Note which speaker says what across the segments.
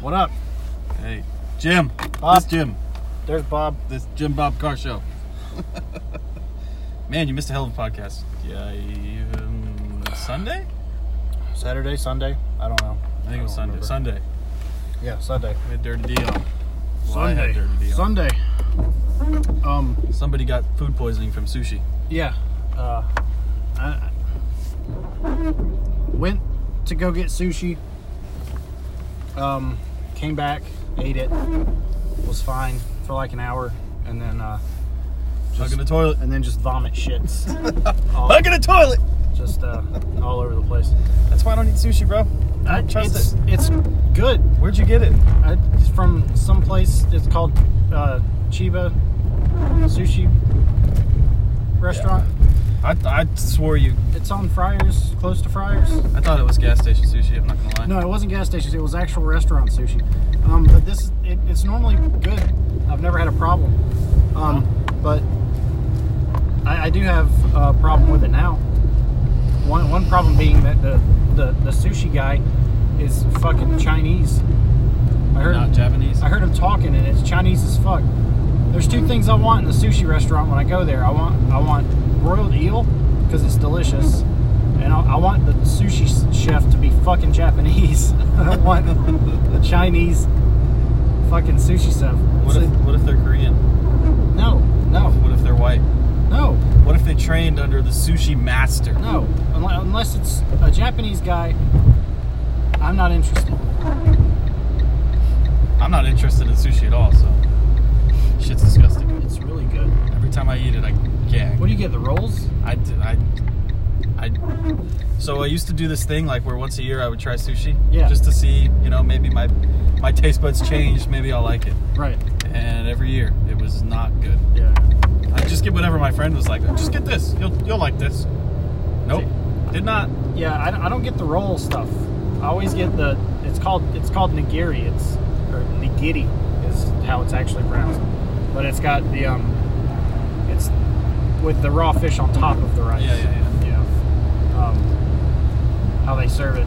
Speaker 1: What up?
Speaker 2: Hey, Jim.
Speaker 1: Bob.
Speaker 2: This Jim.
Speaker 1: There's Bob.
Speaker 2: This Jim Bob Car Show. Man, you missed a hell of a podcast. Yeah, um, Sunday?
Speaker 1: Saturday, Sunday. I don't know.
Speaker 2: I think it was
Speaker 1: I don't
Speaker 2: Sunday.
Speaker 1: remember.
Speaker 2: Sunday.
Speaker 1: Yeah, Sunday.
Speaker 2: We had Dirty D on. Well, I had Dirty D on.
Speaker 1: Sunday. Um.
Speaker 2: Somebody got food poisoning from sushi.
Speaker 1: Yeah. Uh. I, I went to go get sushi. Um. Came back, ate it. Was fine for like an hour, and then uh,
Speaker 2: Hug in the toilet.
Speaker 1: and then just vomit shits. all,
Speaker 2: Hug in the toilet!
Speaker 1: just uh, all over the place.
Speaker 2: That's why I don't eat sushi, bro.
Speaker 1: I
Speaker 2: trust
Speaker 1: it's, It's good.
Speaker 2: Where'd you get it?
Speaker 1: I, it's from some place. It's called uh, Chiba Sushi Restaurant.
Speaker 2: I, I swore you.
Speaker 1: It's on Friars, close to Friars.
Speaker 2: I thought it was gas station sushi, I'm not gonna lie.
Speaker 1: No, it wasn't gas stations. It was actual restaurant sushi. Um, but this, it, it's normally good. I've never had a problem. Um, but I, I do have a problem with it now. One one problem being that the the, the sushi guy is fucking Chinese. I heard
Speaker 2: Not Japanese.
Speaker 1: I heard him talking, and it's Chinese as fuck. There's two things I want in a sushi restaurant when I go there. I want I want broiled eel because it's delicious, and I, I want the sushi s- chef to be fucking Japanese. I don't want the Chinese fucking sushi chef.
Speaker 2: What
Speaker 1: It's
Speaker 2: if,
Speaker 1: a-
Speaker 2: what if they're Korean?
Speaker 1: no, no,
Speaker 2: What if they're white?
Speaker 1: no,
Speaker 2: What if they trained under the sushi master?
Speaker 1: no. Unle- Unless it's a Japanese guy, I'm not interested.
Speaker 2: I'm not interested in sushi at all, so shit's disgusting.
Speaker 1: It's really good.
Speaker 2: Every time I eat it, I gag.
Speaker 1: What do you get? The rolls?
Speaker 2: I, d- I, I. So I used to do this thing like where once a year I would try sushi,
Speaker 1: Yeah.
Speaker 2: just to see, you know, maybe my my taste buds changed, maybe I'll like it.
Speaker 1: Right.
Speaker 2: And every year it was not good.
Speaker 1: Yeah.
Speaker 2: I just get whatever my friend was like. Just get this, you'll you'll like this. Nope, did not.
Speaker 1: Yeah, I, don't- I don't get the roll stuff. I always get the. It's called it's called nigiri. It's or nigiri is how it's actually pronounced, but it's got the um, it's with the raw fish on top of the rice.
Speaker 2: Yeah, yeah,
Speaker 1: yeah. Yeah. Um, how they serve it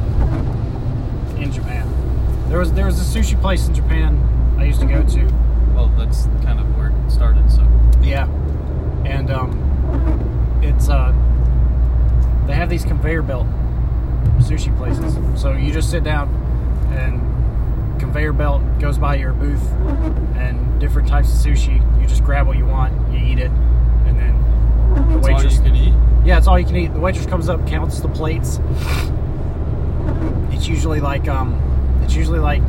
Speaker 1: in Japan. There was there was a sushi place in Japan I used to go to.
Speaker 2: Well, that's kind of where it started. So
Speaker 1: Yeah, and um, it's uh, they have these conveyor belt sushi places. So you just sit down, and conveyor belt goes by your booth, and different types of sushi. You just grab what you want, you eat it, and then the
Speaker 2: that's all
Speaker 1: waitress.
Speaker 2: you could eat.
Speaker 1: yeah, it's all you can eat. The waitress comes up, counts the plates. It's usually like um, it's usually like.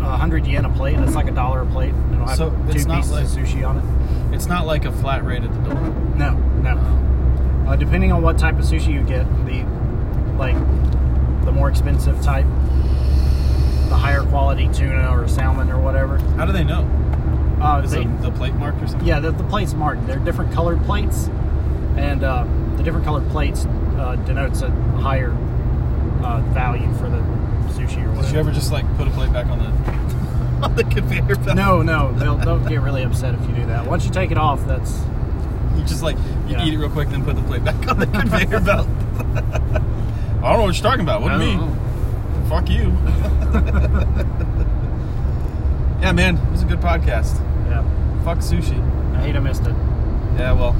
Speaker 1: A hundred yen a plate. That's like a dollar a plate. It'll have
Speaker 2: So
Speaker 1: two
Speaker 2: it's
Speaker 1: pieces
Speaker 2: not
Speaker 1: of sushi on it.
Speaker 2: It's not like a flat rate at the door. Um,
Speaker 1: No, no. Uh, depending on what type of sushi you get, the like the more expensive type, the higher quality tuna or salmon or whatever.
Speaker 2: How do they know?
Speaker 1: Uh,
Speaker 2: Is
Speaker 1: they,
Speaker 2: it the plate marked or something?
Speaker 1: yeah, the, the plates marked. They're different colored plates, and uh, the different colored plates uh, denotes a higher uh, value for the sushi or
Speaker 2: Did you
Speaker 1: whatever.
Speaker 2: ever just like put a plate back on the on the conveyor belt?
Speaker 1: No, no, they'll, they'll get really upset if you do that. Once you take it off, that's
Speaker 2: You just like you
Speaker 1: Yeah.
Speaker 2: eat it real quick, then put the plate back on the conveyor belt. I don't know what you're talking about. What do
Speaker 1: I
Speaker 2: you
Speaker 1: don't know.
Speaker 2: mean? Fuck you. yeah, man, it was a good podcast.
Speaker 1: Yeah,
Speaker 2: Fuck sushi.
Speaker 1: I hate I missed it.
Speaker 2: Yeah, well,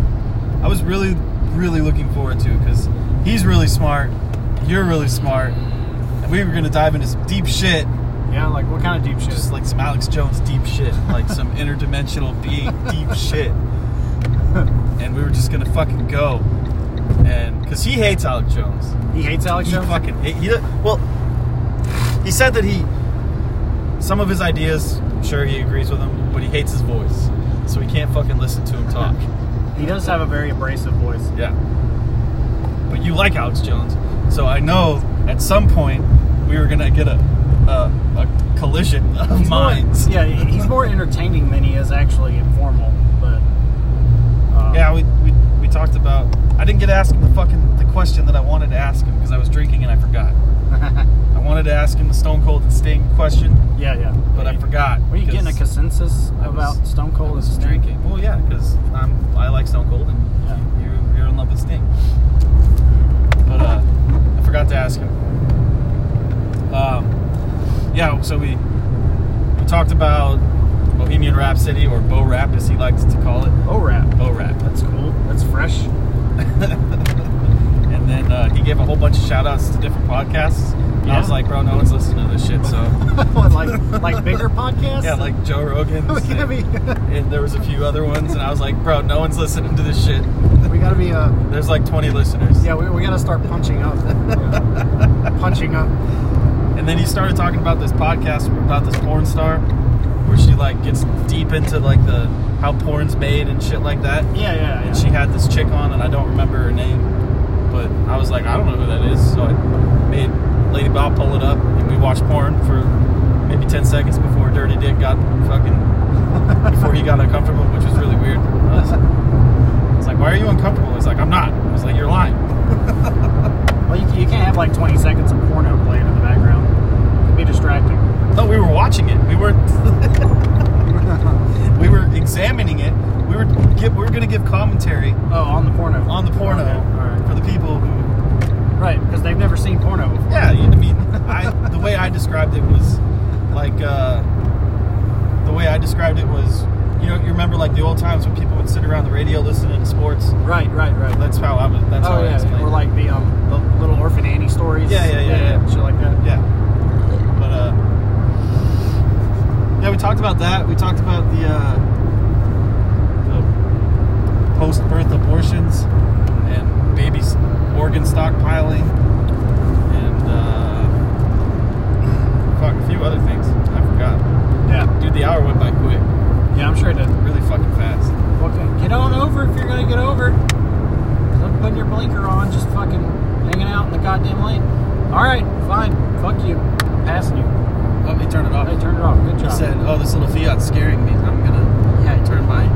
Speaker 2: I was really, really looking forward to because he's really smart. You're really smart. And we were gonna dive into some deep shit.
Speaker 1: Yeah, like what kind of deep shit?
Speaker 2: just like some Alex Jones deep shit, like some interdimensional being deep shit. And we were just gonna fucking go, and because he hates Alex Jones,
Speaker 1: He hates Alex
Speaker 2: he
Speaker 1: Jones.
Speaker 2: fucking hate, he do- well, he said that he some of his ideas, sure he agrees with them, but he hates his voice, so he can't fucking listen to him talk.
Speaker 1: He does have a very abrasive voice.
Speaker 2: Yeah, but you like Alex Jones, so I know at some point we were gonna get a a, a collision of minds.
Speaker 1: More, yeah, he- he's more entertaining than he is actually informal. But uh,
Speaker 2: Yeah, we, we, we talked about. I didn't get to ask him the fucking the question that I wanted to ask him because I was drinking and I forgot. I wanted to ask him the Stone Cold and Sting question,
Speaker 1: yeah, yeah.
Speaker 2: but I forgot.
Speaker 1: Were you getting a
Speaker 2: 'cause
Speaker 1: consensus
Speaker 2: I was-
Speaker 1: about Stone
Speaker 2: I
Speaker 1: Cold
Speaker 2: was
Speaker 1: as a drink?
Speaker 2: drinking. Well, yeah, because I'm I like Stone Cold and
Speaker 1: Yeah.
Speaker 2: you you're in love with Sting. But uh, I forgot to ask him. Um, yeah, so we we talked about Bohemian Rhapsody or Bo Rap as he likes to call it.
Speaker 1: Oh, rap.
Speaker 2: Bo Rap.
Speaker 1: That's cool. That's fresh.
Speaker 2: And then uh, he gave a whole bunch of shout outs to different podcasts. And I was
Speaker 1: Yeah.
Speaker 2: like, bro, no one's listening to this shit. So,
Speaker 1: what, like like bigger podcasts?
Speaker 2: yeah, like Joe Rogan.
Speaker 1: we gotta be
Speaker 2: and there was a few other ones. And I was like, bro, no one's listening to this shit.
Speaker 1: we gotta be uh
Speaker 2: There's like 20 listeners.
Speaker 1: yeah we, we gotta start punching up punching up
Speaker 2: And then he started talking about this podcast about this porn star where she like gets deep into like the how porn's made and shit like that.
Speaker 1: yeah yeah, yeah.
Speaker 2: And she had this chick on and I don't remember her name. But I was like, I don't know who that is. So I made Lady Bob pull it up and we watched porn for maybe 10 seconds before Dirty Dick got fucking before he got uncomfortable, which was really weird. I was, I was like, why are you uncomfortable? He's like, I'm not. I was like, you're lying.
Speaker 1: well you, you can't have like 20 seconds of porno playing in the background it'd be distracting
Speaker 2: No, we were watching it. We weren't. we were examining it. We were give, we were gonna give commentary
Speaker 1: oh on the porno
Speaker 2: on the porno
Speaker 1: Okay, all right.
Speaker 2: for the people who.
Speaker 1: right because they've never seen porno before
Speaker 2: Yeah, you, I mean, I the way I described it was like uh, the way I described it was you know you remember like the old times when people would sit around the radio listening to sports.
Speaker 1: right right right
Speaker 2: That's how I was. That's how
Speaker 1: oh
Speaker 2: I explained.
Speaker 1: yeah
Speaker 2: it.
Speaker 1: or like the um the little orphan Annie stories
Speaker 2: Yeah, yeah, yeah, yeah.
Speaker 1: shit like that
Speaker 2: Yeah. But uh Yeah, we talked about that. We talked about the uh the post birth abortions and baby s- organ stockpiling and uh fuck a few other things. I forgot.
Speaker 1: yeah
Speaker 2: Dude the hour went by quick.
Speaker 1: yeah I'm sure it did
Speaker 2: Really fucking fast.
Speaker 1: okay get on over if you're gonna get over Stop putting your blinker on just fucking hanging out in the goddamn lane all right fine fuck you I'm passing you
Speaker 2: Let me turn it off.
Speaker 1: Hey, turn it off. Good
Speaker 2: He
Speaker 1: job.
Speaker 2: said, Oh this little fiat's scaring me. I'm gonna
Speaker 1: yeah,
Speaker 2: turn my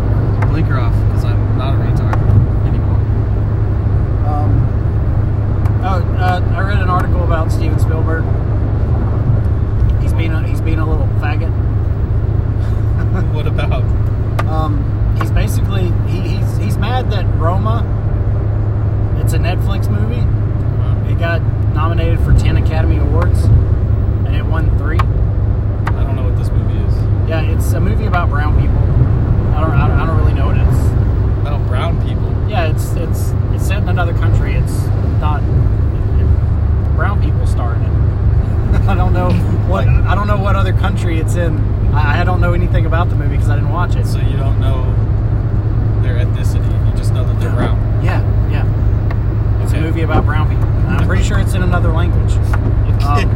Speaker 2: blinker off because I'm not a retard anymore.
Speaker 1: Um, oh, uh, I read an article about Steven Spielberg. He's being a, he's being a little faggot.
Speaker 2: what about
Speaker 1: Um, he's basically he, he's he's mad that Roma. It's a Netflix movie. It got nominated for ten Academy Awards, and it won three.
Speaker 2: I don't know what this movie is.
Speaker 1: Yeah, it's a movie about brown people. I don't I don't, I don't really know what it is.
Speaker 2: About brown people.
Speaker 1: Yeah, it's it's it's set in another country. It's not it, it- brown people starred in it. I don't know what I don't know what other country it's in. I, I don't know anything about the movie because I didn't watch it.
Speaker 2: So you don't know their ethnicity. You just know that they're brown.
Speaker 1: Yeah, yeah. It's
Speaker 2: Okay.
Speaker 1: a movie about brown people. And I'm pretty sure it's in another language. Um,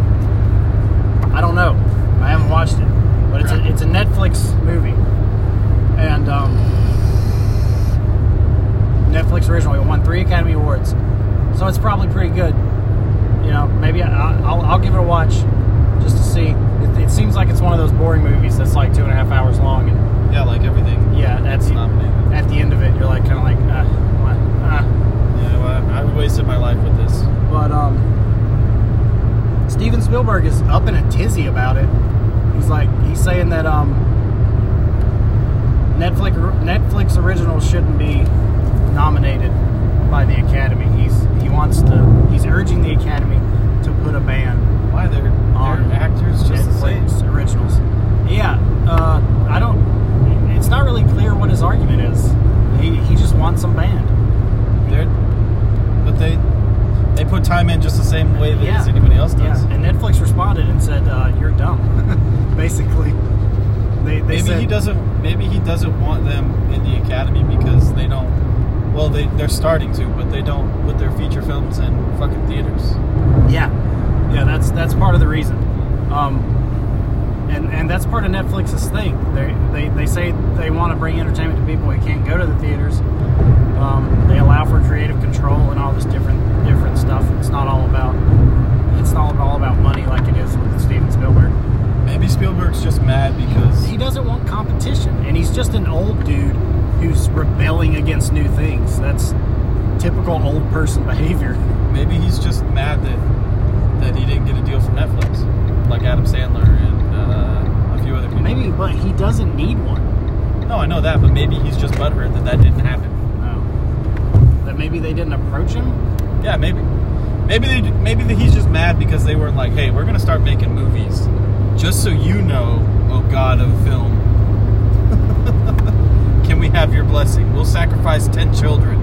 Speaker 1: I don't know. I haven't watched it, but it's
Speaker 2: Right.
Speaker 1: a, it's a Netflix movie, and um, Netflix original. It won three Academy Awards, so it's probably pretty good. You know, maybe I, I'll, I'll give it a watch just to see. It, it seems like it's one of those boring movies that's like two and a half hours long, and
Speaker 2: Yeah, like everything.
Speaker 1: yeah, that's
Speaker 2: Nominated.
Speaker 1: at the end of it, you're like kind of like, uh, what? Uh.
Speaker 2: Yeah, well, I- I've wasted my life with this.
Speaker 1: But um, Steven Spielberg is up in a tizzy about it. He's like, he's saying that um, Netflix Netflix originals shouldn't be nominated by the Academy. He's he wants to. He's urging the Academy to put a ban
Speaker 2: Why they're,
Speaker 1: on
Speaker 2: they're actors just the same?
Speaker 1: Netflix originals. Yeah, uh, I don't. It's not really clear what his argument is. He he just wants them banned.
Speaker 2: They're, but they they put time in just the same way that
Speaker 1: Yeah.
Speaker 2: as anybody else does.
Speaker 1: Yeah, and Netflix responded and said, uh, "You're dumb." Basically, they, they
Speaker 2: Maybe
Speaker 1: said,
Speaker 2: he doesn't. Maybe he doesn't want them in the academy because they don't. Well, they they're starting to, but they don't put their feature films in fucking theaters.
Speaker 1: Yeah, yeah, that's that's part of the reason, um, and and that's part of Netflix's thing. They they, they say they want to bring entertainment to people who can't go to the theaters. Um, they allow for creative control and all this different different stuff. It's not all about it's not all about money like it is with Steven Spielberg.
Speaker 2: Maybe Spielberg's just mad because
Speaker 1: he doesn't want competition and he's just an old dude who's rebelling against new things that's typical old person behavior
Speaker 2: maybe he's just mad that that he didn't get a deal from Netflix, like Adam Sandler and uh, a few other people.
Speaker 1: maybe but he doesn't need one
Speaker 2: No, I know that, but maybe he's just butthurt that that didn't happen.
Speaker 1: that maybe they didn't approach him
Speaker 2: Yeah, maybe. Maybe they maybe that he's just mad because they weren't like, hey, we're gonna start making movies Just so you know, oh God of film, can we have your blessing? We'll sacrifice ten children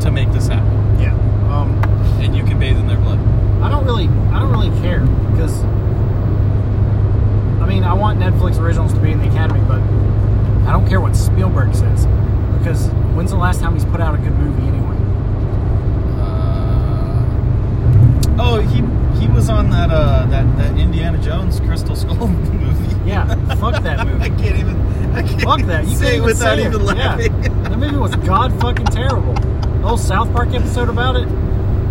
Speaker 2: to make this happen,
Speaker 1: Yeah. Um,
Speaker 2: and you can bathe in their blood.
Speaker 1: I don't really, I don't really care because, I mean, I want Netflix originals to be in the Academy, but I don't care what Spielberg says because when's the last time he's put out a good movie anyway?
Speaker 2: Uh, oh, he he was on that uh that that Indiana Jones Crystal Skull movie.
Speaker 1: Yeah, fuck that
Speaker 2: I
Speaker 1: movie.
Speaker 2: can't even. I can't
Speaker 1: Fuck that. You
Speaker 2: say
Speaker 1: can't
Speaker 2: it
Speaker 1: even
Speaker 2: without
Speaker 1: say it.
Speaker 2: even laughing.
Speaker 1: Yeah. That movie was god fucking terrible. The whole South Park episode about it.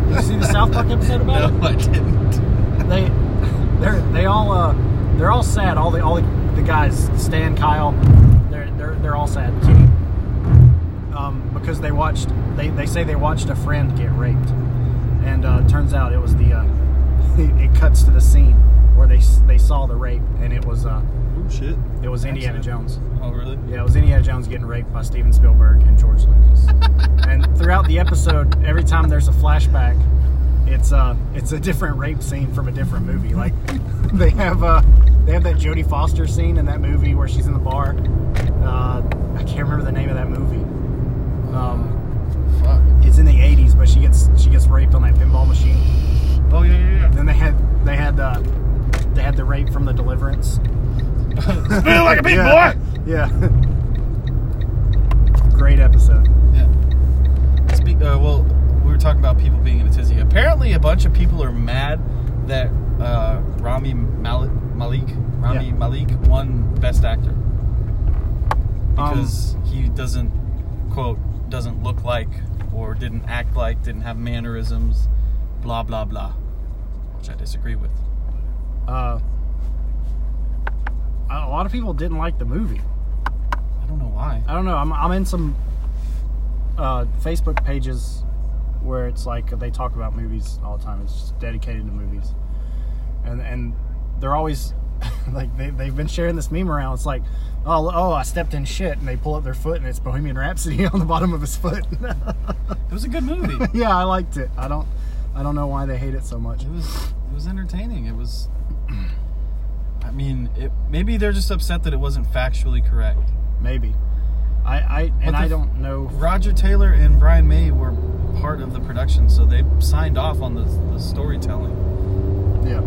Speaker 1: Did you see the South Park episode about it?
Speaker 2: No, I didn't.
Speaker 1: they they're they all uh they're all sad all the all the, the guys stan kyle they're they're, they're all sad Kitty, um, because they watched they, they say they watched a friend get raped and uh, turns out it was the uh, it cuts to the scene where they s- they saw the rape and it was uh
Speaker 2: Oh shit.
Speaker 1: it was indiana jones
Speaker 2: Oh really?
Speaker 1: yeah, it was Indiana Jones getting raped by Steven Spielberg and George Lucas. and throughout the episode, every time there's a flashback, it's uh it's a different rape scene from a different movie. Like they have uh they have that Jodie Foster scene in that movie where she's in the bar. Uh, I can't remember the name of that movie. Um,
Speaker 2: Fuck.
Speaker 1: it's in the '80s, but she gets she gets raped on that pinball machine.
Speaker 2: Oh yeah yeah
Speaker 1: Then they had they had uh, they had the rape from the Deliverance.
Speaker 2: yeah. Spit like a big
Speaker 1: yeah.
Speaker 2: boy.
Speaker 1: Yeah. Great episode.
Speaker 2: Yeah. Speak, uh, well, we were talking about people being in a tizzy. Apparently, a bunch of people are mad that uh, Rami Malik, Malik Rami
Speaker 1: Yeah.
Speaker 2: Malik won Best Actor because he doesn't quote doesn't look like or didn't act like didn't have mannerisms, blah blah blah, which I disagree with.
Speaker 1: uh, a a lot of people didn't like the movie.
Speaker 2: I don't know why.
Speaker 1: I don't know. I'm, I'm in some uh, Facebook pages where it's like they talk about movies all the time. It's just dedicated to movies, and and they're always like they they've been sharing this meme around. It's like, oh oh, I stepped in shit, and they pull up their foot, and it's Bohemian Rhapsody on the bottom of his foot.
Speaker 2: It was a good movie.
Speaker 1: yeah, I liked it. I don't I don't know why they hate it so much.
Speaker 2: It was it was entertaining. It was. I mean, it, maybe they're just upset that it wasn't factually correct.
Speaker 1: Maybe. I, I and
Speaker 2: the
Speaker 1: I
Speaker 2: f-
Speaker 1: don't know.
Speaker 2: Roger Taylor and Brian May were part of the production, so they signed off on the, the storytelling.
Speaker 1: Yeah.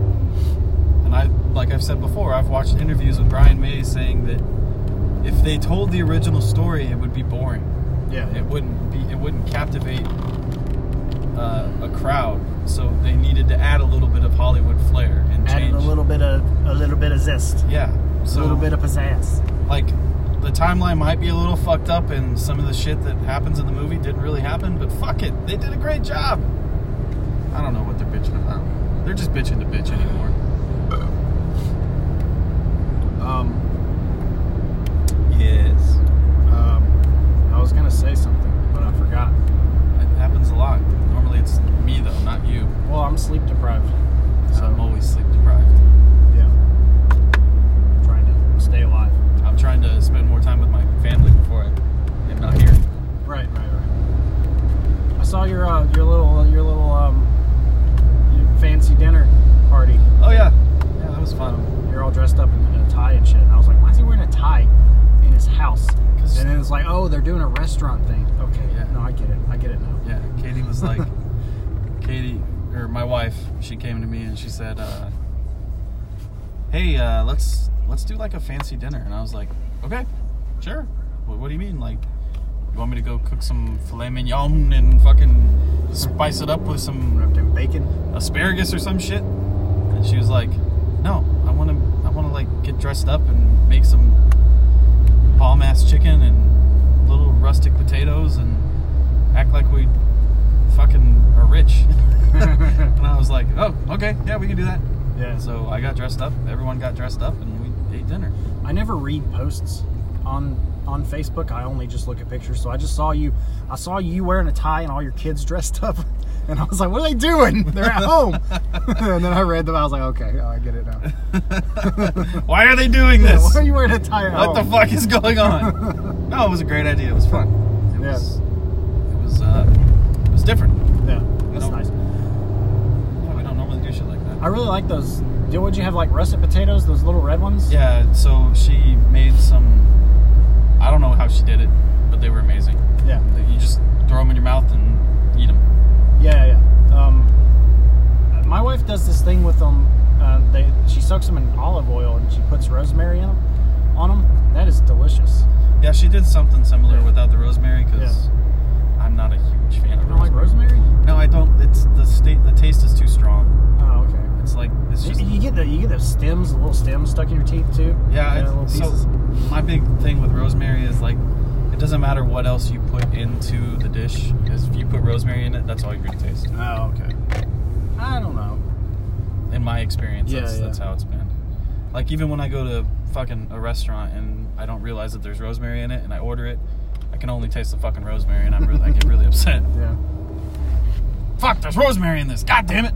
Speaker 2: And I, like I've said before, I've watched interviews with Brian May saying that if they told the original story, it would be boring.
Speaker 1: Yeah.
Speaker 2: It wouldn't be. It wouldn't captivate uh, a crowd. So they needed to add a little bit of Hollywood flair and
Speaker 1: added
Speaker 2: change.
Speaker 1: a little bit of a little bit of zest,
Speaker 2: yeah.
Speaker 1: a
Speaker 2: So
Speaker 1: little bit of pizzazz.
Speaker 2: like the timeline might be a little fucked up and some of the shit that happens in the movie didn't really happen but fuck it they did a great job i don't know what they're bitching about they're just bitching to bitch anymore
Speaker 1: Um,
Speaker 2: yes
Speaker 1: um, I was gonna say something, but I forgot.
Speaker 2: it happens a lot normally it's me though not you
Speaker 1: Well, I'm sleep deprived,
Speaker 2: so
Speaker 1: so
Speaker 2: i'm always sleep deprived
Speaker 1: yeah, trying to stay alive.
Speaker 2: i'm trying to spend more time with my family before i am not here
Speaker 1: Right, right, right. I saw your uh, your little your little um, your fancy dinner party.
Speaker 2: oh yeah yeah that was fun
Speaker 1: You're all dressed up in a tie and shit, and I was like, why is he wearing a tie in his house?
Speaker 2: 'Cause-
Speaker 1: And then it's like, oh, they're doing a restaurant thing. Okay,
Speaker 2: Yeah.
Speaker 1: no, I get it. I get it now.
Speaker 2: Yeah, Katie was like, Katie, or my wife, she came to me and she said, uh, "Hey, uh, let's let's do like a fancy dinner." And I was like, "Okay, sure. What, what do you mean? Like, you want me to go cook some filet mignon and fucking spice it up with some
Speaker 1: Wrapped in bacon.
Speaker 2: asparagus or some shit?" And she was like, "No, I want to I want to like get dressed up and make some palm ass chicken and little rustic potatoes and act like we fucking are rich." And I was like, "Oh, okay, yeah, we can do that."
Speaker 1: yeah.
Speaker 2: And so I got dressed up. Everyone got dressed up, and we ate dinner.
Speaker 1: I never read posts on on Facebook. I only just look at pictures. So I just saw you. I saw you wearing a tie and all your kids dressed up, and I was like, "What are they doing? They're at home." and then I read them. I was like, "Okay, oh, I get it now."
Speaker 2: Why are they doing
Speaker 1: Yeah,
Speaker 2: this?
Speaker 1: why are you Oh. wearing a tie? At
Speaker 2: what the
Speaker 1: home?
Speaker 2: fuck is going on? no, it was a great idea. It was fun. It
Speaker 1: Yeah.
Speaker 2: was. It was. Uh, it was different.
Speaker 1: Yeah, that's
Speaker 2: No.
Speaker 1: nice.
Speaker 2: Yeah, we don't normally do shit like that.
Speaker 1: I really like those do would you have like russet potatoes, those little red ones?
Speaker 2: Yeah, so she made some. I don't know how she did it, but they were amazing.
Speaker 1: yeah,
Speaker 2: You just throw them in your mouth and eat them.
Speaker 1: yeah, yeah. yeah. Um, my wife does this thing with them. Um, they she soaks them in olive oil and she puts rosemary in them, on them. That is delicious.
Speaker 2: Yeah, she did something similar without the rosemary because I'm not a huge fan
Speaker 1: You
Speaker 2: of
Speaker 1: don't like
Speaker 2: rosemary.
Speaker 1: rosemary?
Speaker 2: No, I don't. It's the state. The taste is too strong.
Speaker 1: Oh, okay.
Speaker 2: It's like it's just.
Speaker 1: you, you get the you get those stems, the little stems stuck in your teeth too.
Speaker 2: Yeah,
Speaker 1: the little
Speaker 2: it's, so
Speaker 1: pieces.
Speaker 2: my big thing with rosemary is like, it doesn't matter what else you put into the dish. Is if you put rosemary in it, that's all you're gonna taste.
Speaker 1: oh, okay. I don't know.
Speaker 2: In my experience,
Speaker 1: Yeah,
Speaker 2: that's,
Speaker 1: yeah.
Speaker 2: that's how it's been. Like even when I go to fucking a restaurant and I don't realize that there's rosemary in it, and I order it, I can only taste the fucking rosemary, and I'm really, I get really upset.
Speaker 1: Yeah.
Speaker 2: Fuck, there's rosemary in this. God damn it.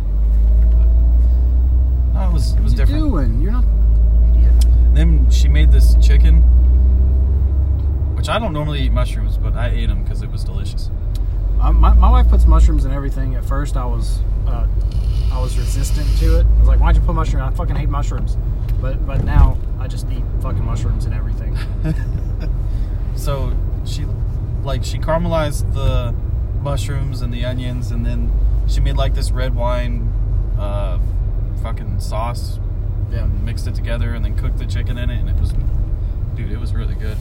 Speaker 2: No, it was it
Speaker 1: What
Speaker 2: was
Speaker 1: you
Speaker 2: different.
Speaker 1: doing? You're not. Idiot.
Speaker 2: Then she made this chicken, which I don't normally eat mushrooms, but I ate them because it was delicious.
Speaker 1: Um, my, my wife puts mushrooms in everything. At first, I was uh, I was resistant to it. I was like, "Why'd you put mushrooms? I fucking hate mushrooms." But but now I just eat fucking mushrooms and everything.
Speaker 2: So she, like, she caramelized the mushrooms and the onions, and then she made like this red wine, uh, fucking sauce,
Speaker 1: Yeah.
Speaker 2: and mixed it together, and then cooked the chicken in it, and it was, dude, it was really good.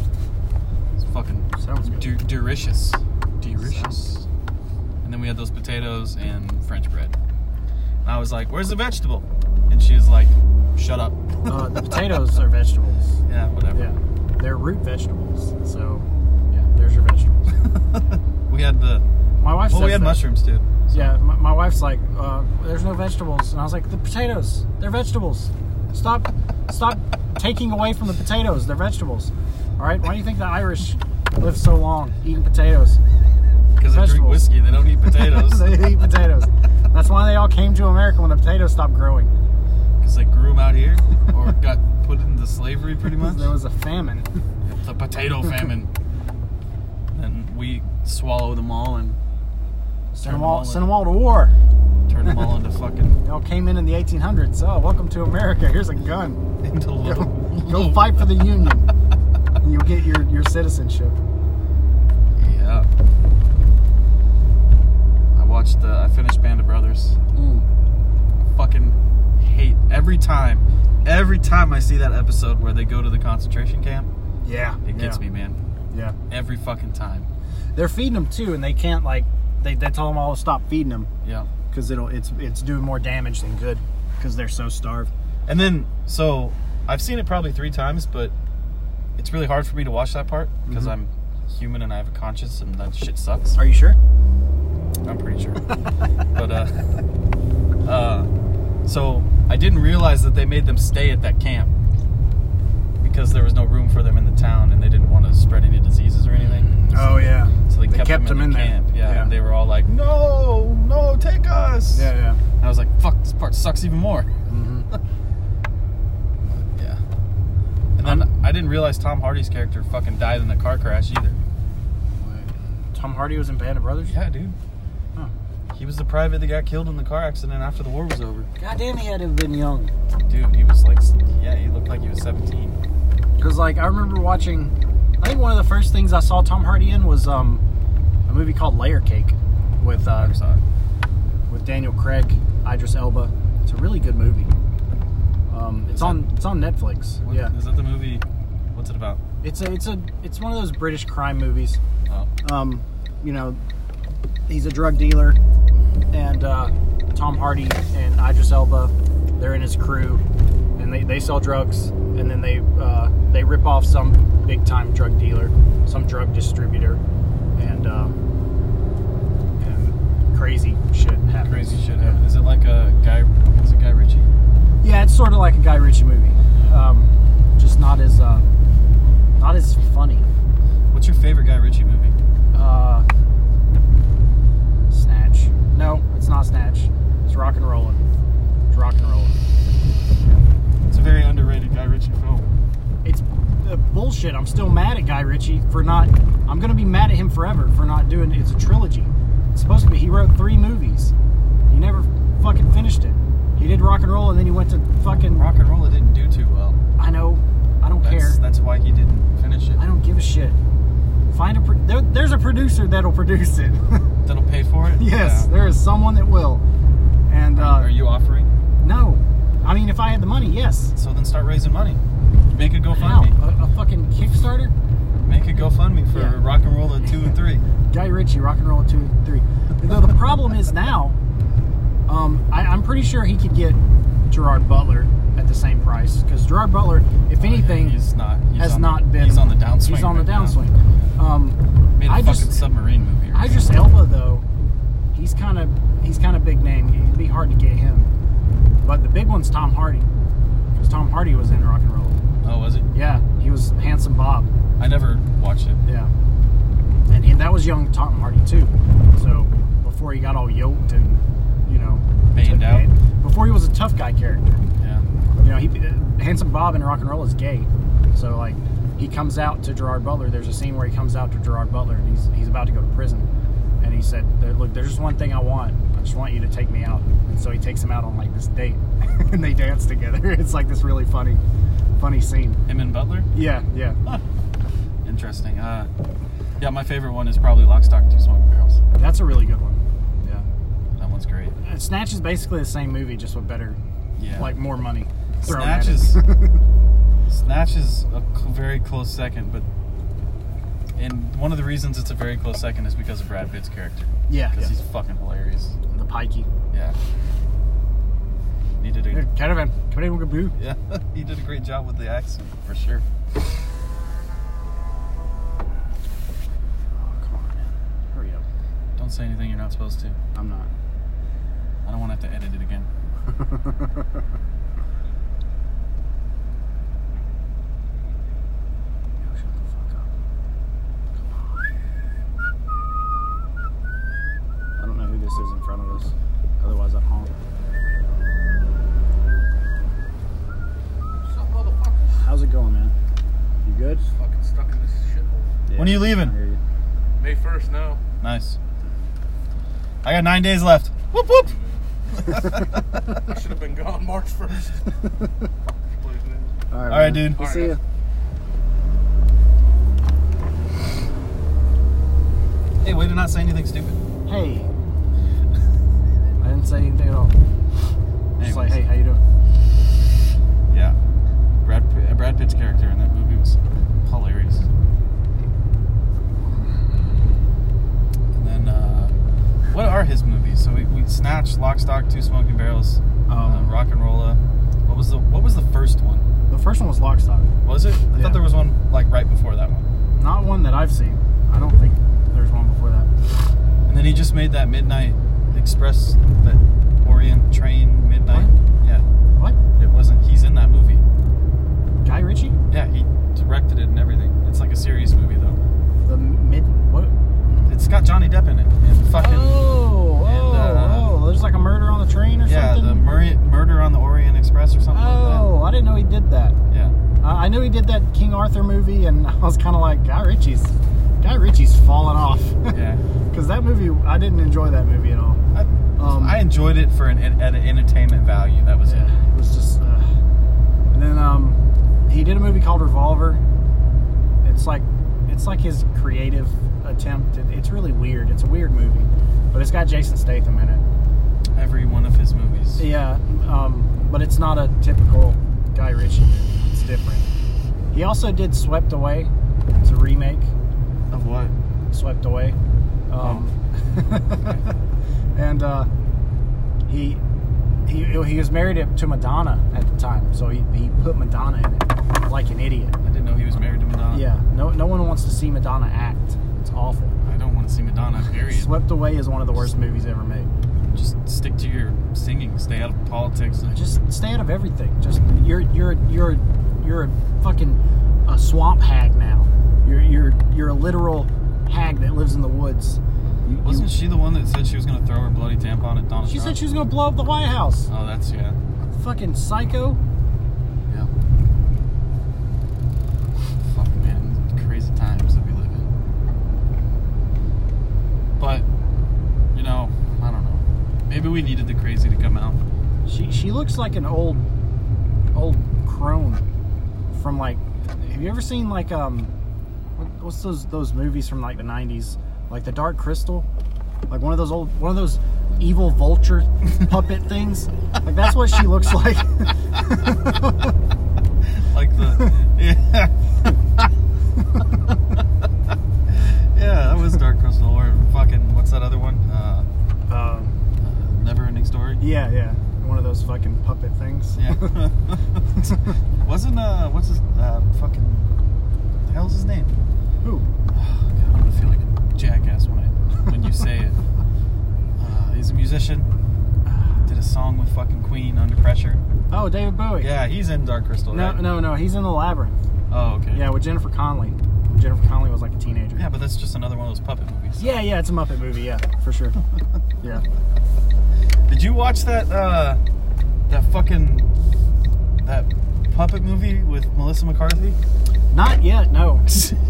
Speaker 2: It's fucking
Speaker 1: Sounds good.
Speaker 2: du- delicious,
Speaker 1: Sounds
Speaker 2: delicious. And then we had those potatoes and French bread. And I was like, "Where's the vegetable?" And she was like, "Shut up."
Speaker 1: Uh, the potatoes are vegetables.
Speaker 2: Yeah, whatever.
Speaker 1: Yeah, they're root vegetables. So yeah, there's your vegetables.
Speaker 2: We had the
Speaker 1: My wife.
Speaker 2: well,
Speaker 1: says
Speaker 2: we had
Speaker 1: that.
Speaker 2: mushrooms too. so-
Speaker 1: Yeah, my, my wife's like, uh, "There's no vegetables," and I was like, "The potatoes, they're vegetables. Stop, stop taking away from the potatoes. They're vegetables. All right. Why do you think the Irish live so long eating potatoes?
Speaker 2: Because they drink
Speaker 1: Vegetables.
Speaker 2: whiskey, they don't eat potatoes.
Speaker 1: they eat potatoes. That's why they all came to America when the potatoes stopped growing.
Speaker 2: Because they grew them out here or got put into slavery, pretty much.
Speaker 1: There was a famine.
Speaker 2: the potato famine. and we swallow them all and
Speaker 1: Send
Speaker 2: Turn
Speaker 1: them
Speaker 2: them
Speaker 1: all,
Speaker 2: all
Speaker 1: send them all to war.
Speaker 2: turn them all into fucking
Speaker 1: They all came in in the 1800s. Oh, welcome to America. Here's a gun.
Speaker 2: into little.
Speaker 1: Go
Speaker 2: little-
Speaker 1: fight for the Union, and you'll get your your citizenship.
Speaker 2: Yeah. I watched the. I finished Band of Brothers. Mm. Fucking hate every time. Every time I see that episode where they go to the concentration camp,
Speaker 1: Yeah,
Speaker 2: it gets
Speaker 1: yeah,
Speaker 2: me, man.
Speaker 1: Yeah.
Speaker 2: Every fucking time.
Speaker 1: they're feeding them too, and they can't like they, they tell them all to stop feeding them
Speaker 2: Yeah.
Speaker 1: because it'll it's it's doing more damage than good because they're so starved.
Speaker 2: And then, so I've seen it probably three times, but it's really hard for me to watch that part because
Speaker 1: Mhm.
Speaker 2: I'm human and I have a conscience, and that shit sucks.
Speaker 1: Are you sure?
Speaker 2: I'm pretty sure. but uh, uh, so I didn't realize that they made them stay at that camp because there was no room for them in the town, and they didn't want to spread any diseases or anything.
Speaker 1: Oh yeah.
Speaker 2: So Mm-hmm. they, kept, them, in, the camp. Yeah, and they were all like, "No, no, take us."
Speaker 1: yeah.
Speaker 2: And I was like, "Fuck, this part sucks even more."
Speaker 1: Mm-hmm.
Speaker 2: Yeah. And then I didn't realize Tom Hardy's character fucking died in a car crash either.
Speaker 1: Tom Hardy was in Band of Brothers.
Speaker 2: Yeah, dude.
Speaker 1: Huh.
Speaker 2: He was the private that got killed in the car accident after the war was over.
Speaker 1: God damn, he had to have been young.
Speaker 2: Dude, he was like, yeah, he looked like he was 17.
Speaker 1: Because like I remember watching, I think one of the first things I saw Tom Hardy in was um a movie called Layer Cake with uh
Speaker 2: Never saw it.
Speaker 1: with Daniel Craig, Idris Elba. It's a really good movie. Um, it's on it's on Netflix.
Speaker 2: What-
Speaker 1: yeah,
Speaker 2: Is that the movie? What's it about?
Speaker 1: it's a it's a it's one of those British crime movies.
Speaker 2: Oh.
Speaker 1: um, you know, he's a drug dealer, and uh, Tom Hardy and Idris Elba, they're in his crew, and they, they sell drugs, and then they uh, they rip off some big time drug dealer, some drug distributor, and uh, and crazy shit happens.
Speaker 2: Crazy shit. happened. Is it like a guy? Is it Guy Ritchie?
Speaker 1: Yeah, it's sort of like a Guy Ritchie movie, um, just not as uh, not as funny.
Speaker 2: What's your favorite Guy Ritchie movie?
Speaker 1: Uh, snatch. No, it's not snatch. It's rock and rollin'. It's rock and rollin'.
Speaker 2: It's a very underrated Guy Ritchie film.
Speaker 1: It's uh, bullshit. I'm still mad at Guy Ritchie for not. I'm gonna be mad at him forever for not doing. It's a trilogy. It's supposed to be. He wrote three movies. He never fucking finished it. He You did rock and roll, and then you went to fucking.
Speaker 2: Rock and roll, it didn't do too well.
Speaker 1: I know. I don't
Speaker 2: That's,
Speaker 1: care.
Speaker 2: that's why he didn't finish it.
Speaker 1: I don't give a shit. Find a pro- there, there's a producer that'll produce it.
Speaker 2: That'll pay for it.
Speaker 1: yes,
Speaker 2: Yeah.
Speaker 1: there is someone that will. And uh,
Speaker 2: Are you offering?
Speaker 1: no, I mean if I had the money, yes.
Speaker 2: So then start raising money. Make a
Speaker 1: How?
Speaker 2: GoFundMe.
Speaker 1: A, a fucking Kickstarter?
Speaker 2: Make a GoFundMe for
Speaker 1: Yeah.
Speaker 2: rock and roll at two and three.
Speaker 1: Guy Ritchie, rock and roll at two, and three. Though the problem is now, um, I, I'm pretty sure he could get Gerard Butler at the same price because Gerard Butler, if anything,
Speaker 2: Oh, he's not. He's
Speaker 1: has
Speaker 2: on the-
Speaker 1: not been.
Speaker 2: He's on the downswing.
Speaker 1: He's on the
Speaker 2: right now.
Speaker 1: downswing. Um,
Speaker 2: Made a
Speaker 1: I
Speaker 2: fucking
Speaker 1: just-
Speaker 2: submarine movie. or
Speaker 1: Idris Elba though, he's kind of he's kind of big name. It'd be hard to get him, but the big one's Tom Hardy, because Tom Hardy was in rock and roll.
Speaker 2: something. Oh, was it?
Speaker 1: Yeah, he was handsome Bob.
Speaker 2: I never watched it.
Speaker 1: Yeah, and, and that was young Tom Hardy too. So before he got all yoked and you know
Speaker 2: Banged
Speaker 1: took-
Speaker 2: out.
Speaker 1: before he was a tough guy character.
Speaker 2: Yeah.
Speaker 1: You know, he uh, handsome Bob in rock and roll is gay, so like he comes out to Gerard Butler. There's a scene where he comes out to Gerard Butler, and he's he's about to go to prison, and he said, "There- "Look, there's just one thing I want. I just want you to take me out." And so he takes him out on like this date, and they dance together. It's like this really funny, funny scene.
Speaker 2: Him and Butler.
Speaker 1: Yeah, yeah,
Speaker 2: Interesting. Uh, yeah, my favorite one is probably Lock, Stock, Two Smoking Barrels.
Speaker 1: that's a really good one. Yeah,
Speaker 2: That one's great.
Speaker 1: Uh, Snatch is basically the same movie, just with better,
Speaker 2: Yeah.
Speaker 1: like more money. thrown at
Speaker 2: Snatch
Speaker 1: it.
Speaker 2: is Snatch is a cl- very close second, but and one of the reasons it's a very close second is because of Brad Pitt's character.
Speaker 1: yeah,
Speaker 2: Because
Speaker 1: yeah.
Speaker 2: he's fucking hilarious.
Speaker 1: the Pikey.
Speaker 2: Yeah. He did a
Speaker 1: Caravan, come on, go
Speaker 2: yeah, he did a great job with the accent for sure.
Speaker 1: Oh, come on, man. Hurry up.
Speaker 2: Don't say anything you're not supposed to.
Speaker 1: I'm not.
Speaker 2: I don't want to have to edit it again.
Speaker 1: I don't know who this is in front of us. Otherwise, I'd honk.
Speaker 3: What's up, motherfuckers?
Speaker 1: How's it going, man? You good?
Speaker 3: Fucking stuck in this shithole.
Speaker 2: When are you leaving?
Speaker 1: I hear you.
Speaker 3: May 1st now.
Speaker 2: Nice. I got nine days left. Whoop whoop.
Speaker 3: I should have been gone March 1st.
Speaker 1: All right,
Speaker 2: All
Speaker 1: man.
Speaker 2: right, dude.
Speaker 1: We'll
Speaker 3: All
Speaker 1: see
Speaker 3: right,
Speaker 1: ya.
Speaker 3: guys.
Speaker 2: Hey, way to not say anything stupid.
Speaker 1: Hey. I didn't say anything at all. Just like,
Speaker 2: Anyways.
Speaker 1: hey, how you doing?
Speaker 2: Yeah. Brad, Pitt- uh, Brad Pitt's character in that movie was hilarious. And then, uh, what are his movies? So we, we snatched Lock, Stock, Two Smoking Barrels,
Speaker 1: Um,
Speaker 2: uh, Rock and Rolla. What was the What was the first one?
Speaker 1: The first one was Lockstock.
Speaker 2: Was it? I
Speaker 1: Yeah.
Speaker 2: thought there was one like right before that one.
Speaker 1: Not one that I've seen. I don't think there's one before that.
Speaker 2: And then he just made that Midnight Express, that Orient train Midnight. Yeah,
Speaker 1: What?
Speaker 2: it wasn't. He's in that movie.
Speaker 1: Guy Ritchie?
Speaker 2: Yeah, he directed it and everything. It's like a serious movie though.
Speaker 1: The mid. What?
Speaker 2: It's got Johnny Depp in it and fucking.
Speaker 1: Oh,
Speaker 2: and, uh,
Speaker 1: oh, oh. There's like a murder on the train or
Speaker 2: Yeah,
Speaker 1: something?
Speaker 2: the mur- murder on the Orient Express or something
Speaker 1: Oh, I didn't know he did that.
Speaker 2: like that. Yeah.
Speaker 1: I I knew he did that King Arthur movie, and I was kind of like, Guy Ritchie's, Guy Ritchie's falling off.
Speaker 2: Yeah.
Speaker 1: Because that movie, I didn't enjoy that movie at all.
Speaker 2: I,
Speaker 1: Um,
Speaker 2: I enjoyed it for an at an entertainment value. That was it.
Speaker 1: Yeah, it was just. Uh... And then um, he did a movie called Revolver. It's like, it's like his creative attempt. It, it's really weird. It's a weird movie, but it's got Jason Statham in it.
Speaker 2: Every one of his movies.
Speaker 1: Yeah, um, but it's not a typical Guy Ritchie movie. It's different. He also did Swept Away. It's a remake,
Speaker 2: Of what?
Speaker 1: Swept Away. Um, and uh, he, he he was married to Madonna at the time, so he, he put Madonna in it like an idiot.
Speaker 2: I didn't know he was married to Madonna.
Speaker 1: Yeah, no no one wants to see Madonna act. It's awful.
Speaker 2: I don't want to see Madonna. Period.
Speaker 1: Swept Away is one of the worst movies ever made.
Speaker 2: Just stick to your singing. Stay out of politics. And
Speaker 1: just stay out of everything. Just you're you're you're you're a fucking a swamp hag now. You're you're you're a literal hag that lives in the woods. You-
Speaker 2: wasn't
Speaker 1: you-
Speaker 2: she the one that said she was going to throw her bloody tampon at Donald
Speaker 1: she
Speaker 2: Trump?
Speaker 1: said she was gonna blow up the White House.
Speaker 2: Oh, that's yeah.
Speaker 1: Fucking psycho.
Speaker 2: Yeah. Fuck, man. Crazy times that we live in. But, you know, I don't know. Maybe we needed the crazy to come out.
Speaker 1: She she looks like an old old crone from like. Have you ever seen like um, what- what's those those movies from like the '90s, like The Dark Crystal, like one of those old one of those evil vulture puppet things. Like that's what she looks like.
Speaker 2: Like the yeah. yeah, that was Dark Crystal or fucking what's that other one? Uh,
Speaker 1: uh,
Speaker 2: uh, Never Ending Story.
Speaker 1: yeah, yeah, one of those fucking puppet things.
Speaker 2: Yeah. Wasn't uh what's his uh fucking the hell's his name?
Speaker 1: Who?
Speaker 2: Oh, God, I'm gonna feel like a jackass when I when you say it. Uh, he's a musician. Did a song with fucking Queen under pressure.
Speaker 1: Oh, David Bowie.
Speaker 2: Yeah, he's in Dark Crystal.
Speaker 1: No,
Speaker 2: right?
Speaker 1: no, no. He's in the labyrinth.
Speaker 2: Oh, okay.
Speaker 1: Yeah, with Jennifer Connelly. Jennifer Connelly was like a teenager.
Speaker 2: Yeah, but that's just another one of those puppet movies.
Speaker 1: Yeah, yeah, it's a Muppet movie, yeah, for sure. Yeah.
Speaker 2: Did you watch that uh that fucking that puppet movie with Melissa McCarthy?
Speaker 1: Not yet, no.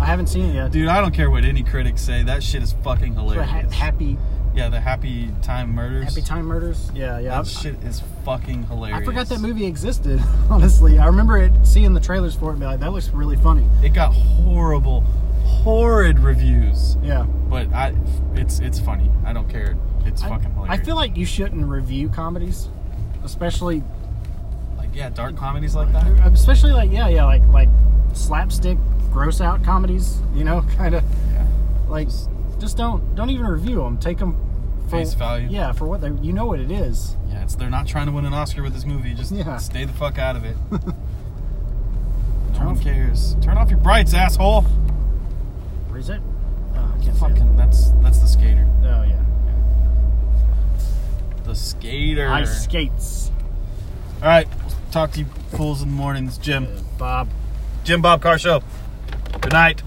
Speaker 1: I haven't seen it yet.
Speaker 2: Dude, I don't care what any critics say. That shit is fucking
Speaker 1: The
Speaker 2: hilarious.
Speaker 1: ha- happy
Speaker 2: yeah, the Happy Time Murders.
Speaker 1: Happy Time Murders. Yeah, yeah.
Speaker 2: That
Speaker 1: I-
Speaker 2: shit is fucking hilarious.
Speaker 1: I forgot that movie existed, honestly. I remember it seeing the trailers for it and be like, that looks really funny.
Speaker 2: It got horrible, horrid reviews,
Speaker 1: Yeah.
Speaker 2: but I, it's it's funny. I don't care. It's fucking
Speaker 1: I,
Speaker 2: hilarious.
Speaker 1: I feel like you shouldn't review comedies. Especially
Speaker 2: like yeah, dark comedies like that.
Speaker 1: especially like yeah, yeah, like like slapstick gross out comedies, you know, kind of
Speaker 2: Yeah.
Speaker 1: like just don't don't even review them. Take them
Speaker 2: Face value.
Speaker 1: Yeah, for what they you know what it is.
Speaker 2: Yeah, it's they're not trying to win an Oscar with this movie. Just
Speaker 1: Yeah.
Speaker 2: stay the fuck out of it. no one cares. Turn off your brights, asshole.
Speaker 1: Where is it? Oh, I can't see it.
Speaker 2: Fucking that's that's the skater.
Speaker 1: Oh yeah.
Speaker 2: The skater.
Speaker 1: Ice skates.
Speaker 2: All right, we'll talk to you fools in the mornings, Jim.
Speaker 1: Bob.
Speaker 2: Jim Bob Car Show. Good night.